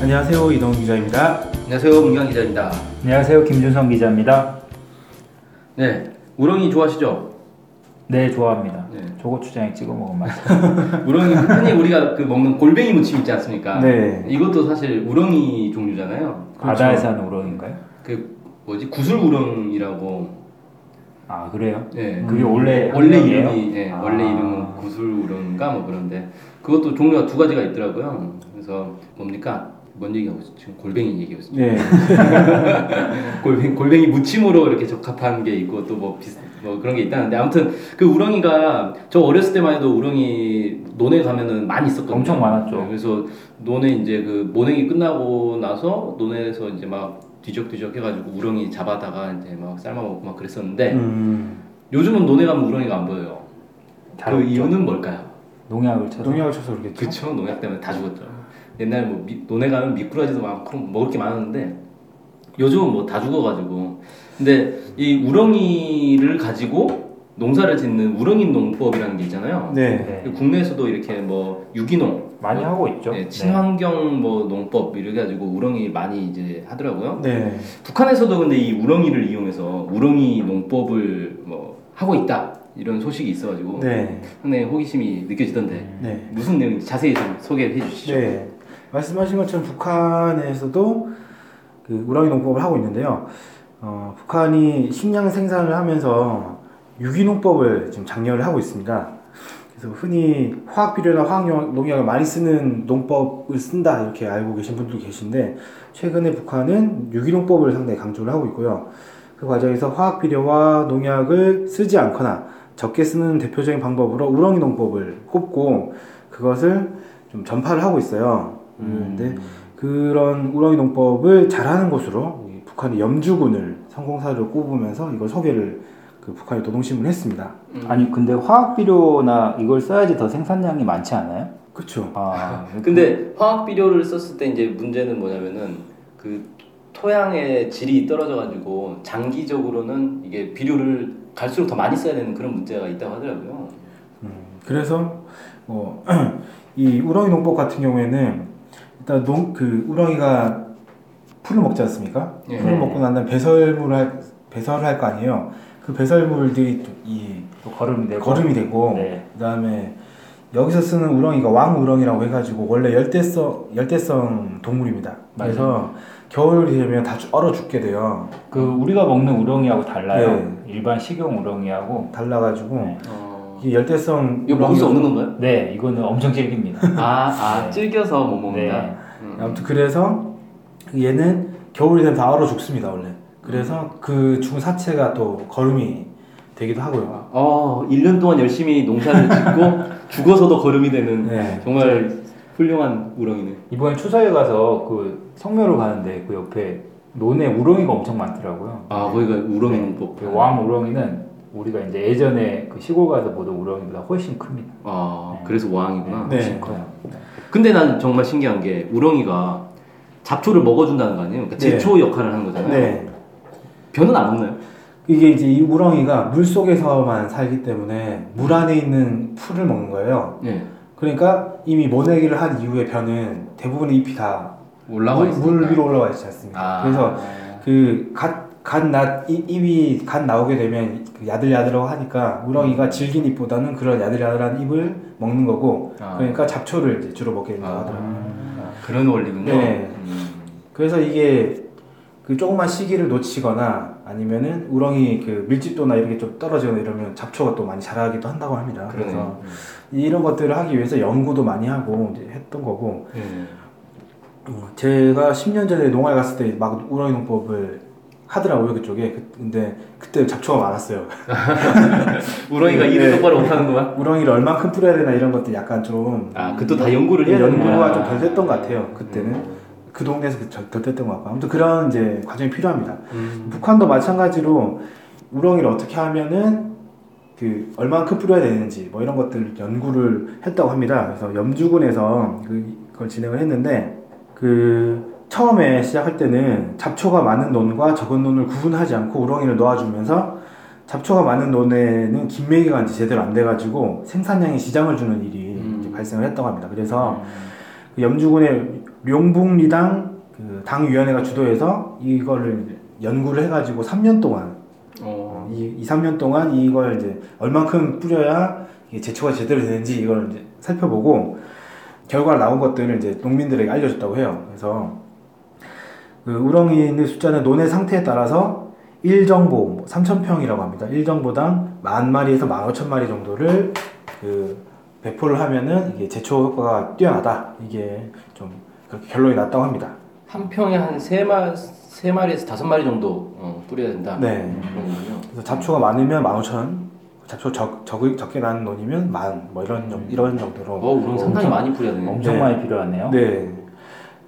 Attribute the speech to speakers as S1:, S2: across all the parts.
S1: 안녕하세요 이동 기자입니다.
S2: 안녕하세요, 문경 기자입니다.
S3: 안녕하세요. 김준성 기자입니다.
S2: 네, 우렁이 좋아하시죠?
S3: 네, 좋아합니다.
S2: 네.
S3: 조고추장에 찍어 먹은 맛.
S2: 우렁이 흔히 우리가 그 먹는 골뱅이 무침 있지 않습니까?
S1: 네.
S2: 이것도 사실 우렁이 종류잖아요.
S3: 바다에 사는 우럭인가요?
S2: 그 뭐지 구슬 우렁이라고.
S3: 아, 그래요?
S2: 네.
S3: 그게 원래
S2: 원래
S3: 학명이에요?
S2: 이름이 네,
S3: 아.
S2: 원래 이름은 구슬 우렁인가 뭐 그런데 그것도 종류가 두 가지가 있더라고요. 그래서 뭡니까? 뭔 얘기하고 있- 지금 골뱅이 얘기하고 있어요.
S1: 네.
S2: 골뱅, 골뱅이 무침으로 이렇게 적합한 게 있고 또 뭐 그런 게 있다는데 아무튼 그 우렁이가 저 어렸을 때만 해도 우렁이 논에 가면은 많이 있었거든요.
S3: 엄청 많았죠.
S2: 네, 그래서 논에 이제 그 모내기 끝나고 나서 논에서 이제 막 뒤적뒤적 해가지고 우렁이 잡아다가 이제 막 삶아 먹고 막 그랬었는데
S1: 음,
S2: 요즘은 논에 가면 우렁이가 안 보여요.
S3: 다
S2: 그
S3: 없죠.
S2: 이유는 뭘까요?
S3: 농약을 쳐서
S1: 농약을 쳐서 그렇겠죠.
S2: 그쵸 농약 때문에 다 죽었죠. 옛날 뭐 미- 논에 가면 미꾸라지도 많고 먹을 게 많았는데 요즘은 뭐 다 죽어가지고 근데 이 우렁이를 가지고 농사를 짓는 우렁이 농법이라는 게 있잖아요.
S1: 네. 그렇죠?
S2: 국내에서도 이렇게 뭐 유기농
S3: 많이 하고 있죠.
S2: 네, 친환경 뭐 농법 이렇게 가지고 우렁이 많이 이제 하더라고요.
S1: 네.
S2: 북한에서도 근데 이 우렁이를 이용해서 우렁이 농법을 뭐 하고 있다 이런 소식이 있어가지고
S1: 네.
S2: 상당히 호기심이 느껴지던데
S1: 네.
S2: 무슨 내용인지 자세히 좀 소개해 주시죠.
S1: 네. 말씀하신 것처럼 북한에서도 그 우라이 농법을 하고 있는데요. 어, 북한이 식량 생산을 하면서 유기농법을 지금 장려를 하고 있습니다. 그래서 흔히 화학 비료나 화학 용- 농약을 많이 쓰는 농법을 쓴다 이렇게 알고 계신 분들도 계신데 최근에 북한은 유기농법을 상당히 강조를 하고 있고요. 그 과정에서 화학 비료와 농약을 쓰지 않거나 적게 쓰는 대표적인 방법으로 우렁이 농법을 꼽고 그것을 좀 전파를 하고 있어요. 그런데 음. 네. 그런 우렁이 농법을 잘하는 곳으로 이 북한의 염주군을 성공사를 꼽으면서 이걸 소개를 그 북한의 노동신문 했습니다.
S2: 음.
S3: 아니, 근데 화학 비료나 이걸 써야지 더 생산량이 많지 않아요?
S1: 그렇죠.
S3: 아.
S2: 근데 화학 비료를 썼을 때 이제 문제는 뭐냐면은 그 토양의 질이 떨어져 가지고 장기적으로는 이게 비료를 갈수록 더 많이 써야 되는 그런 문제가 있다고 하더라고요.
S1: 음. 그래서 뭐 뭐이 우렁이 농법 같은 경우에는 일단 농 그 우렁이가 풀을 먹지 않습니까?
S2: 예.
S1: 풀을 먹고 난 다음 배설물을 할, 배설을 할 거 아니에요. 그 배설물들이 또이
S3: 또 걸음이 되고.
S1: 거름이 되고
S3: 네.
S1: 그다음에 여기서 쓰는 우렁이가 왕 우렁이라고 해가지고 원래 열대성 열대성 동물입니다. 그래서 겨울이 되면 다 죽- 얼어 죽게 돼요.
S3: 그 우리가 먹는 우렁이하고 달라요.
S1: 네.
S3: 일반 식용 우렁이하고.
S1: 달라가지고
S3: 네.
S2: 어...
S1: 이게 열대성
S2: 이거 먹을 수
S1: 우렁이-
S2: 없는 건가요?
S3: 네, 이거는 엄청 질깁니다.
S2: 아, 아
S3: 네.
S2: 찔겨서 못 먹는다.
S3: 네.
S2: 음.
S1: 아무튼 그래서 얘는 겨울이 되면 다 얼어 죽습니다 원래. 그래서 그 죽은 사체가 또 거름이 되기도 하고요.
S2: 어, 1년 동안 열심히 농사를 짓고 죽어서도 거름이 되는
S1: 네.
S2: 정말 훌륭한 우렁이네.
S3: 이번에 추서에 가서 그 성묘로 가는데 그 옆에 논에 우렁이가 엄청 많더라고요.
S2: 아, 거기가 우렁이 농법.
S3: 그 왕 우렁이는 우리가 이제 예전에 그 시골 가서 보던 우렁이보다 훨씬 큽니다.
S2: 아,
S3: 네.
S2: 그래서 왕이구나.
S1: 네.
S3: 훨씬 커요.
S2: 근데 난 정말 신기한 게 우렁이가 잡초를 먹어준다는 거 아니에요? 그러니까
S1: 네.
S2: 제초 역할을 하는 거잖아요.
S1: 네.
S2: 변은 안 먹나요?
S1: 이게 이제 이 우렁이가 물 속에서만 살기 때문에 물 안에 있는 풀을 먹는 거예요.
S2: 네.
S1: 그러니까 이미 모내기를 한 이후에 변은 대부분의 잎이 다
S2: 올라와
S1: 물-
S2: 있으니까.
S1: 물 위로 올라와 있지 않습니까?
S2: 아.
S1: 그래서 그갓갓낫 잎이 갓 나오게 되면 그 야들야들하고 하니까 우렁이가
S2: 음.
S1: 질긴 잎보다는 그런 야들야들한 잎을 먹는 거고
S2: 아.
S1: 그러니까 잡초를 이제 주로 먹게 된다고
S2: 아.
S1: 하더라고요.
S2: 그런 원리군요.
S1: 네.
S2: 음.
S1: 그래서 이게 그 조그만 시기를 놓치거나 아니면은 우렁이 그 밀집도나 이런 게 좀 떨어지거나 이러면 잡초가 또 많이 자라기도 한다고 합니다. 그래서
S2: 그러네요.
S1: 이런 것들을 하기 위해서 연구도 많이 하고 이제 했던 거고
S2: 네.
S1: 어, 제가 10년 전에 농활 갔을 때 막 우렁이 농법을 하더라고요 그쪽에 그- 근데 그때 잡초가 많았어요
S2: 우렁이가
S1: 네.
S2: 일을 똑바로 못하는구만.
S1: 우렁이를 얼만큼 뿌려야 되나 이런 것들 약간 좀
S2: 아, 그것도 다 연구를 해야 되나.
S1: 연구가 좀 덜 됐던 것 같아요 그때는 그 동네에서 그 절- 덜 됐던 것 같고 아무튼 그런 이제 과정이 필요합니다
S2: 음.
S1: 북한도 마찬가지로 우렁이를 어떻게 하면은 그 얼만큼 뿌려야 되는지 뭐 이런 것들 연구를 했다고 합니다. 그래서 염주군에서 그- 그걸 진행을 했는데 그 처음에 시작할 때는 잡초가 많은 논과 적은 논을 구분하지 않고 우렁이를 놓아주면서 잡초가 많은 논에는 김매기가 이제 제대로 안 돼가지고 생산량에 지장을 주는 일이
S2: 음.
S1: 이제 발생을 했다고 합니다. 그래서 그 염주군의 룡북리당 그 당위원회가 주도해서 이거를 연구를 해가지고 3년 동안
S2: 어.
S1: 어, 이 2, 3년 동안 이걸 이제 얼만큼 뿌려야 이게 제초가 제대로 되는지 이걸 이제 살펴보고 결과 나온 것들을 이제 농민들에게 알려줬다고 해요. 그래서 그 우렁이 있는 숫자는 논의 상태에 따라서 1정보, 뭐 3,000평이라고 합니다. 1정보당 10,000마리에서 15,000마리 정도를 그 배포를 하면은 이게 제초 효과가 뛰어나다. 이게 좀 그렇게 결론이 났다고 합니다.
S2: 한 평에 한 세 마, 세 마리에서 다섯 마리 정도 어, 뿌려야 된다.
S1: 네.
S2: 그런 거군요.
S1: 그래서 잡초가 많으면 15,000, 잡초 적, 적, 적게 나는 논이면 만, 뭐 이런, 정- 이런
S2: 어,
S1: 정도로.
S2: 우렁 상당히
S3: 엄청-
S2: 많이 뿌려야 되네.
S3: 엄청
S1: 네.
S3: 많이
S2: 어?
S3: 필요하네요.
S1: 네.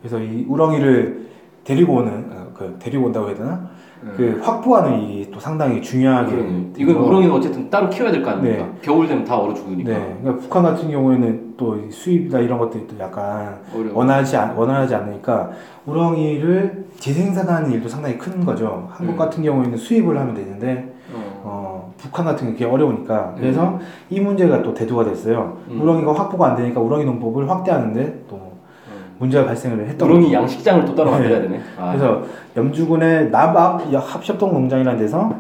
S1: 그래서 이 우렁이를 데리고 오는, 어, 그, 데리고 온다고 해야 되나? 그 확보하는 일이 또 상당히 중요하게.
S2: 네. 그러네. 음. 이건
S1: 돼서-
S2: 우렁이는 어쨌든 따로 키워야 될 거 아닙니까? 겨울 되면 다 얼어 죽으니까.
S1: 네. 그러니까 북한 같은 경우에는 또이 수입이나 이런 것들이 또 약간
S2: 어려워.
S1: 원하지, 않, 원활하지 않으니까 우렁이를 재생산하는 일도 상당히 큰 거죠. 한국
S2: 음.
S1: 같은 경우에는 수입을 하면 되는데
S2: 어.
S1: 어, 북한 같은 게 그게 어려우니까
S2: 네.
S1: 그래서 이 문제가 또 대두가 됐어요.
S2: 음.
S1: 우렁이가 확보가 안 되니까 우렁이 농법을 확대하는데 또 문제가 발생을 했던 거죠.
S2: 어. 우렁이 양식장을 또 따로
S1: 네.
S2: 만들어야 되네. 아,
S1: 그래서 염주군의 남앞 합협동 농장이라는 데서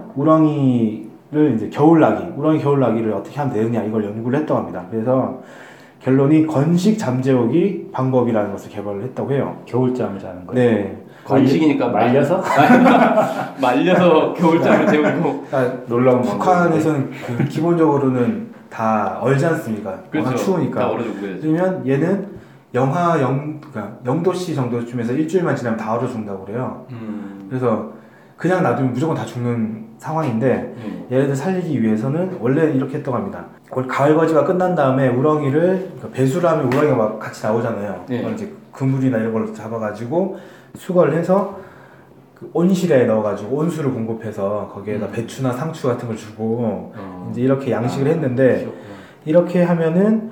S1: 우렁이를 이제 겨울나기, 우렁이 겨울나기를 어떻게 하면 되느냐 이걸 연구를 했다고 합니다. 그래서 결론이 건식 잠재우기 방법이라는 것을 개발을 했다고 해요.
S3: 겨울잠 자는 거예요.
S1: 네.
S2: 건식이니까 말-
S3: 말려서
S2: 말려서 겨울잠을 재우고.
S1: 아, 놀라운
S2: 방법.
S1: 북한에서는 그 기본적으로는 다 얼지 않습니까? 워낙
S2: 그렇죠.
S1: 추우니까.
S2: 다 얼어 죽어야지.
S1: 그러면 얘는 영하 0, 그러니까 0도씨 정도쯤에서 일주일만 지나면 다 얼어 죽는다고 그래요.
S2: 음.
S1: 그래서 그냥 놔두면 무조건 다 죽는 상황인데
S2: 네.
S1: 얘네들 살리기 위해서는 원래 이렇게 했다고 합니다. 올 가을 거지가 끝난 다음에 우렁이를 그러니까 배수를 하면 우렁이가 막 같이 나오잖아요.
S2: 네.
S1: 그걸 이제 그물이나 이런 걸로 잡아가지고 수거를 해서 그 온실에 넣어가지고 온수를 공급해서 거기에다 배추나 상추 같은 걸 주고
S2: 어.
S1: 이제 이렇게 양식을 했는데
S2: 귀엽구나.
S1: 이렇게 하면은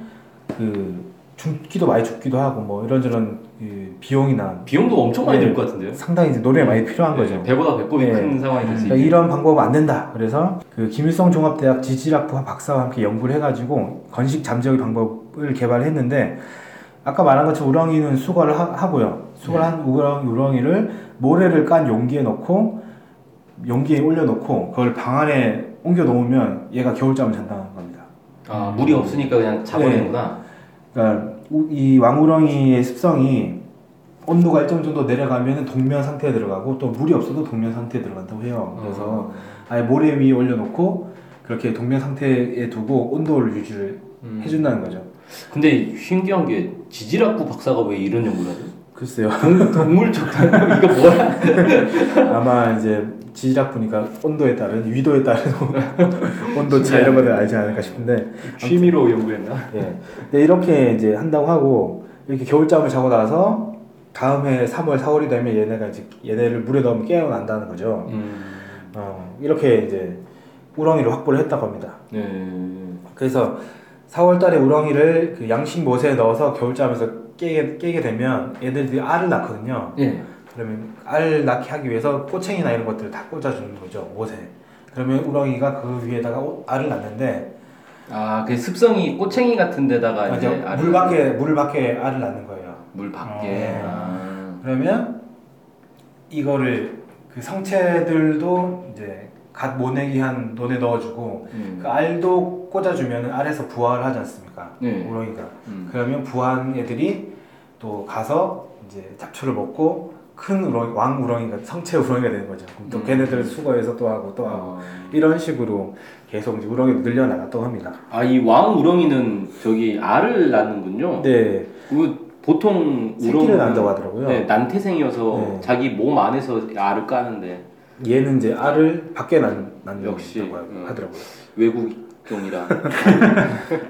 S1: 그 죽기도 많이 죽기도 하고 뭐 이런저런 그 비용이나
S2: 비용도 엄청 많이
S1: 네.
S2: 들 것 같은데요.
S1: 상당히 이제 노력이 많이 필요한 거죠.
S2: 배보다 배꼽이
S1: 네.
S2: 큰 상황이 되지.
S1: 그러니까 이런 방법은 안 된다. 그래서 그 김일성 종합대학 지질학부 박사와 함께 연구를 해가지고 건식 잠재우기 방법을 개발했는데 아까 말한 것처럼 우렁이는 수거를 하, 고요 수거를 한 우렁, 우렁이를 모래를 깐 용기에 넣고 용기에 올려놓고 그걸 방 안에 옮겨 놓으면 얘가 겨울잠을 잔다는 겁니다.
S2: 아 물이 없으니까 그냥 잡아내구나.
S1: 그러니까 우- 이 왕우렁이의 습성이 온도가 일정 정도 내려가면 동면 상태에 들어가고 또 물이 없어도 동면 상태에 들어간다고 해요. 그래서 아예 모래 위에 올려놓고 그렇게 동면 상태에 두고 온도를 유지를
S2: 음.
S1: 네. 해준다는 거죠.
S2: 근데 신기한 게 지질학부 박사가 왜 이런 연구를 하죠?
S1: 글쎄요.
S2: 동- 동물 적단 이거 뭐야?
S1: 아마 이제 지질학 보니까 온도에 따른 위도에 따른 온도 차 이런 것들 알지 않을까 싶은데
S2: 취미로 연구했나?
S1: 예. 근데 이렇게 이제 한다고 하고 이렇게 겨울잠을 자고 나서 다음 해 3월 4월이 되면 얘네가 이제 얘네를 물에 넣으면 깨어난다는 거죠.
S2: 음.
S1: 어, 이렇게 이제 우렁이를 확보를 했다고 합니다.
S2: 네.
S1: 그래서 4월달에 우렁이를 그 양식 못에 넣어서 겨울잠에서 깨게, 깨게 되면 애들이 알을 낳거든요.
S2: 예.
S1: 그러면 알 낳게 하기 위해서 꼬챙이나 이런 것들을 다 꽂아주는 거죠 못에. 그러면 우렁이가 그 위에다가 오- 알을 낳는데
S2: 아, 그 습성이 꼬챙이 같은 데다가 아, 이제
S1: 그러니까
S2: 알을-
S1: 물 밖에 물 밖에 알을 낳는 거예요.
S2: 물 밖에.
S1: 어.
S2: 아.
S1: 그러면 이거를 그 성체들도 이제 갓 모내기 한 논에 넣어주고
S2: 음.
S1: 그 알도 꽂아주면 알에서 부화를 하지 않습니까?
S2: 네.
S1: 우렁이가.
S2: 음.
S1: 아, 그러면 부한 애들이 또 가서 이제 잡초를 먹고 큰 우렁이, 왕 우렁이가 성체 우렁이가 되는 거죠. 그럼 또
S2: 음.
S1: 걔네들을 수거해서 또 하고 또 아. 하고
S2: 어.
S1: 이런 식으로 계속 이제 우렁이를 늘려나갔다고 합니다.
S2: 아, 이 왕 우렁이는 저기 알을 낳는군요.
S1: 네,
S2: 그 보통
S1: 새끼를
S2: 어. 우렁이는-
S1: 낳는다고 하더라고요.
S2: 네, 난태생이어서
S1: 네.
S2: 자기 몸 안에서 알을 까는데
S1: 얘는 이제 알을 밖에 낳는- 낳는다고
S2: 역시, 음.
S1: 하더라고요.
S2: 외국종이라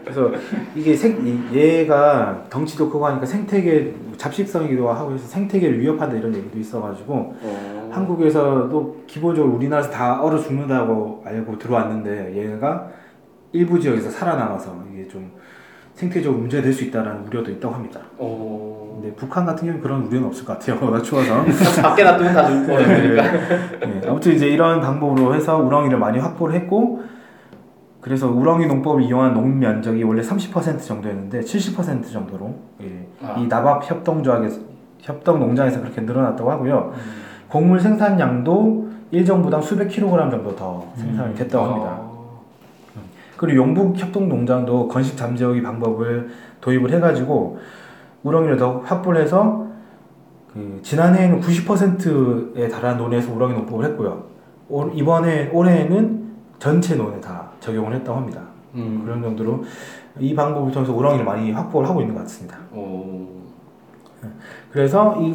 S1: 그래서 이게 생, 이- 얘가 덩치도 크고 하니까 생태계 잡식성이기도 하고 해서 생태계를 위협한다 이런 얘기도 있어가지고
S2: 어.
S1: 한국에서도 기본적으로 우리나라에서 다 얼어 죽는다고 알고 들어왔는데 얘가 일부 지역에서 살아남아서 이게 좀 생태적으로 문제가 될 수 있다는 우려도 있다고 합니다.
S2: 어.
S1: 근데 북한 같은 경우는 그런 우려는 없을 것 같아요. 워낙 추워서.
S2: 밖에 놔두면 다 죽고 그러니까
S1: 네, 아무튼 이제 이런 방법으로 해서 우렁이를 많이 확보를 했고 그래서 우렁이 농법을 이용한 농 면적이 원래 30% 정도였는데 70% 정도로 예,
S2: 아.
S1: 이 나밥 협동조합에서 협동 농장에서 그렇게 늘어났다고 하고요. 곡물 생산량도 일정부당 수백 킬로그램 정도 더
S2: 음.
S1: 생산이
S2: 아.
S1: 됐다고 합니다. 그리고 용북 협동 농장도 건식 잠재우기 방법을 도입을 해가지고 우렁이를 더 확보를 해서 그 지난해에는 90%에 달한 논에서 우렁이 농법을 했고요. 올, 이번에 올해에는 전체 논에 다 적용을 했다고 합니다.
S2: 음.
S1: 그런 정도로 이 방법을 통해서 우렁이를 많이 확보를 하고 있는 것 같습니다.
S2: 오.
S1: 그래서 이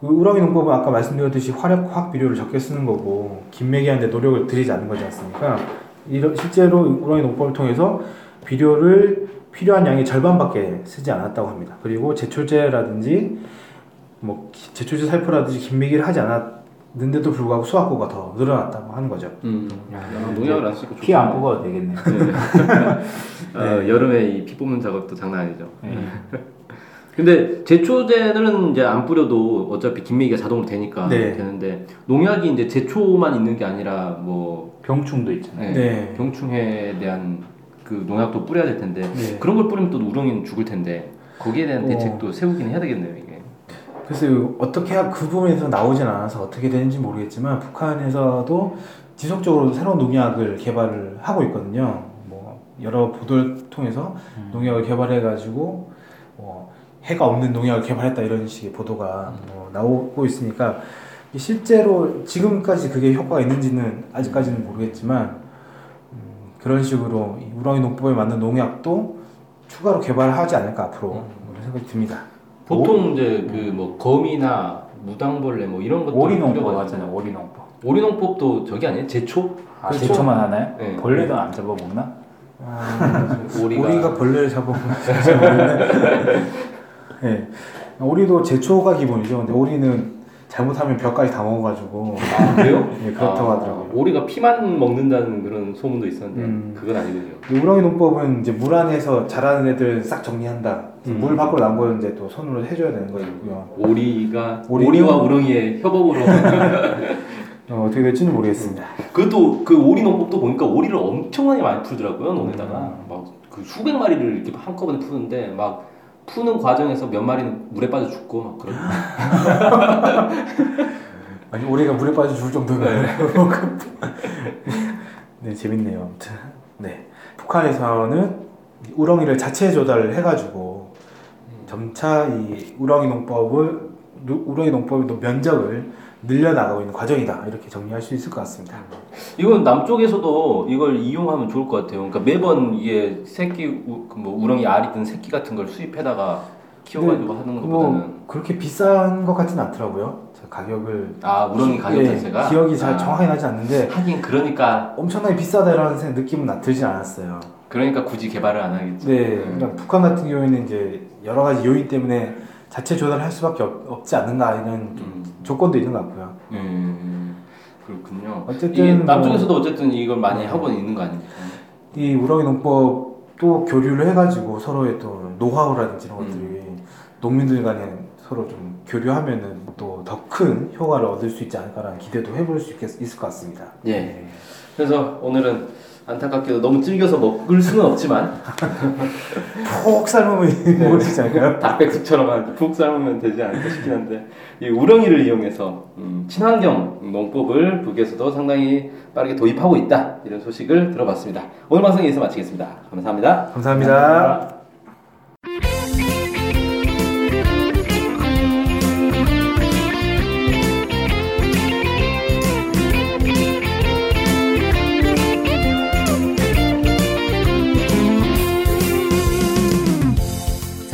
S1: 그 우렁이 농법은 아까 말씀드렸듯이 화력 화학 비료를 적게 쓰는 거고 긴매기한데 노력을 들이지 않는 거지 않습니까? 이런 실제로 우렁이 농법을 통해서 비료를 필요한 양의 절반밖에 쓰지 않았다고 합니다. 그리고 제초제라든지 뭐 기- 제초제 살포라든지 긴매기를 하지 않았는데도 불구하고 수확고가 더 늘어났다고 하는 거죠.
S2: 음.
S3: 야,
S2: 야, 농약을 안 쓰니까
S3: 아, 피 안
S2: 좋다.
S3: 뽑아도 되겠네.
S2: 네. 어, 여름에 이 피 뽑는 작업도 장난 아니죠. 근데 제초제는 이제 안 뿌려도 어차피 김매기가 자동으로 되니까
S1: 네.
S2: 되는데 농약이 이제 제초만 있는 게 아니라 뭐
S3: 병충도 있잖아요.
S2: 네,
S1: 네.
S2: 병충해에 대한 그 농약도 뿌려야 될 텐데
S1: 네.
S2: 그런 걸 뿌리면 또 우렁이는 죽을 텐데 거기에 대한
S1: 어.
S2: 대책도 세우긴 해야 되겠네요 이게.
S1: 그래서 어떻게 하- 그 부분에서 나오진 않아서 어떻게 되는지 모르겠지만 북한에서도 지속적으로 새로운 농약을 개발을 하고 있거든요. 뭐 여러 보도를 통해서
S3: 음.
S1: 농약을 개발해 가지고 뭐 해가 없는 농약을 개발했다 이런 식의 보도가 뭐 나오고 있으니까 이게 실제로 지금까지 그게 효과가 있는지는 아직까지는 모르겠지만 음, 그런 식으로 이 우렁이 농법에 맞는 농약도 추가로 개발하지 않을까 앞으로 그런 생각이 듭니다.
S3: 어?
S2: 보통 이제 그 뭐 거미나 무당벌레 뭐 이런 것도
S3: 음. 오리농법
S2: 뿌려가지고.
S3: 맞잖아요. 오리농법.
S2: 오리농법도 저기 아니에요? 제초?
S3: 아,
S2: 그렇죠.
S3: 제초만 하나요?
S2: 네.
S3: 벌레도 안 잡아먹나?
S2: 오리가,
S1: 오리가, 벌레를 잡아먹는데 네. 오리도 제초가 기본이죠. 근데 오리는 잘못하면 벽까지 다 먹어가지고
S2: 아, 그래요?
S1: 예, 그렇다고
S2: 아,
S1: 하더라고요.
S2: 오리가 피만 먹는다는 그런 소문도 있었는데
S1: 음.
S2: 그건 아니군요.
S1: 이 우렁이 농법은 이제 물 안에서 자라는 애들 싹 정리한다.
S2: 음.
S1: 물 밖으로 나온 거는 이제 또 손으로 해줘야 되는 거고요.
S2: 오리가
S1: 오리는-
S2: 오리와 우렁이의 협업으로
S1: 어, 어떻게 될지는 모르겠습니다.
S2: 그것도 그 오리 농법도 보니까 오리를 엄청나게 많이 풀더라고요 논에다가
S1: 음.
S2: 막 그 수백 마리를 이렇게 한꺼번에 푸는데 막 푸는 과정에서 몇 마리는 물에 빠져 죽고 막 그런
S1: 아니 오리가 물에 빠져 죽을 정도면 네 재밌네요 아무튼 네 북한에서는 우렁이를 자체 조달을 해가지고
S2: 음.
S1: 점차 이 우렁이 농법을 누- 우렁이 농법의 또 면적을 늘려나가고 있는 과정이다 이렇게 정리할 수 있을 것 같습니다
S2: 이건 남쪽에서도 이걸 이용하면 좋을 것 같아요. 그러니까 매번 이게 새끼 우, 그뭐 우렁이 알이 든 새끼 같은 걸 수입해다가 키워가지고 하는 것보다는
S1: 뭐 그렇게 비싼 것 같지는 않더라고요 제가 가격을
S2: 아 우렁이 가격
S1: 예,
S2: 자체가
S1: 기억이 잘
S2: 아,
S1: 정확히 나지 않는데
S2: 하긴 그러니까
S1: 엄청나게 비싸다라는 생각- 느낌은 나- 들진 않았어요
S2: 그러니까 굳이 개발을 안 하겠지. 음,
S1: 네, 그러니까 북한 같은 경우에는 이제 여러 가지 요인 때문에 자체 조달을 할 수밖에 없, 지 않는가 이런
S2: 음.
S1: 조건도 있는 것 같고요.
S2: 음, 그렇군요.
S1: 어쨌든
S2: 이게
S1: 뭐-
S2: 남쪽에서도 어쨌든 이걸 많이 하고 있는 거 아닙니까?
S1: 이 우렁이 농법도 교류를 해가지고 서로의 또 노하우라든지 이런 것들이
S2: 음.
S1: 농민들 간에 서로 좀 교류하면은 또 더 큰 효과를 얻을 수 있지 않을까라는 기대도 해볼 수 있겠, 있을 것 같습니다.
S2: 예. 그래서 오늘은 안타깝게도 너무 질겨서 먹을 수는 없지만
S1: 푹
S2: 네.
S1: 삶으면 모르지 않을까요?
S2: 닭백숙처럼 한 푹 삶으면 되지 않을까 싶긴 한데 이 우렁이를 이용해서 음, 친환경 농법을 북에서도 상당히 빠르게 도입하고 있다 이런 소식을 들어봤습니다. 오늘 방송 여기서 마치겠습니다. 감사합니다.
S1: 감사합니다.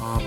S1: 아,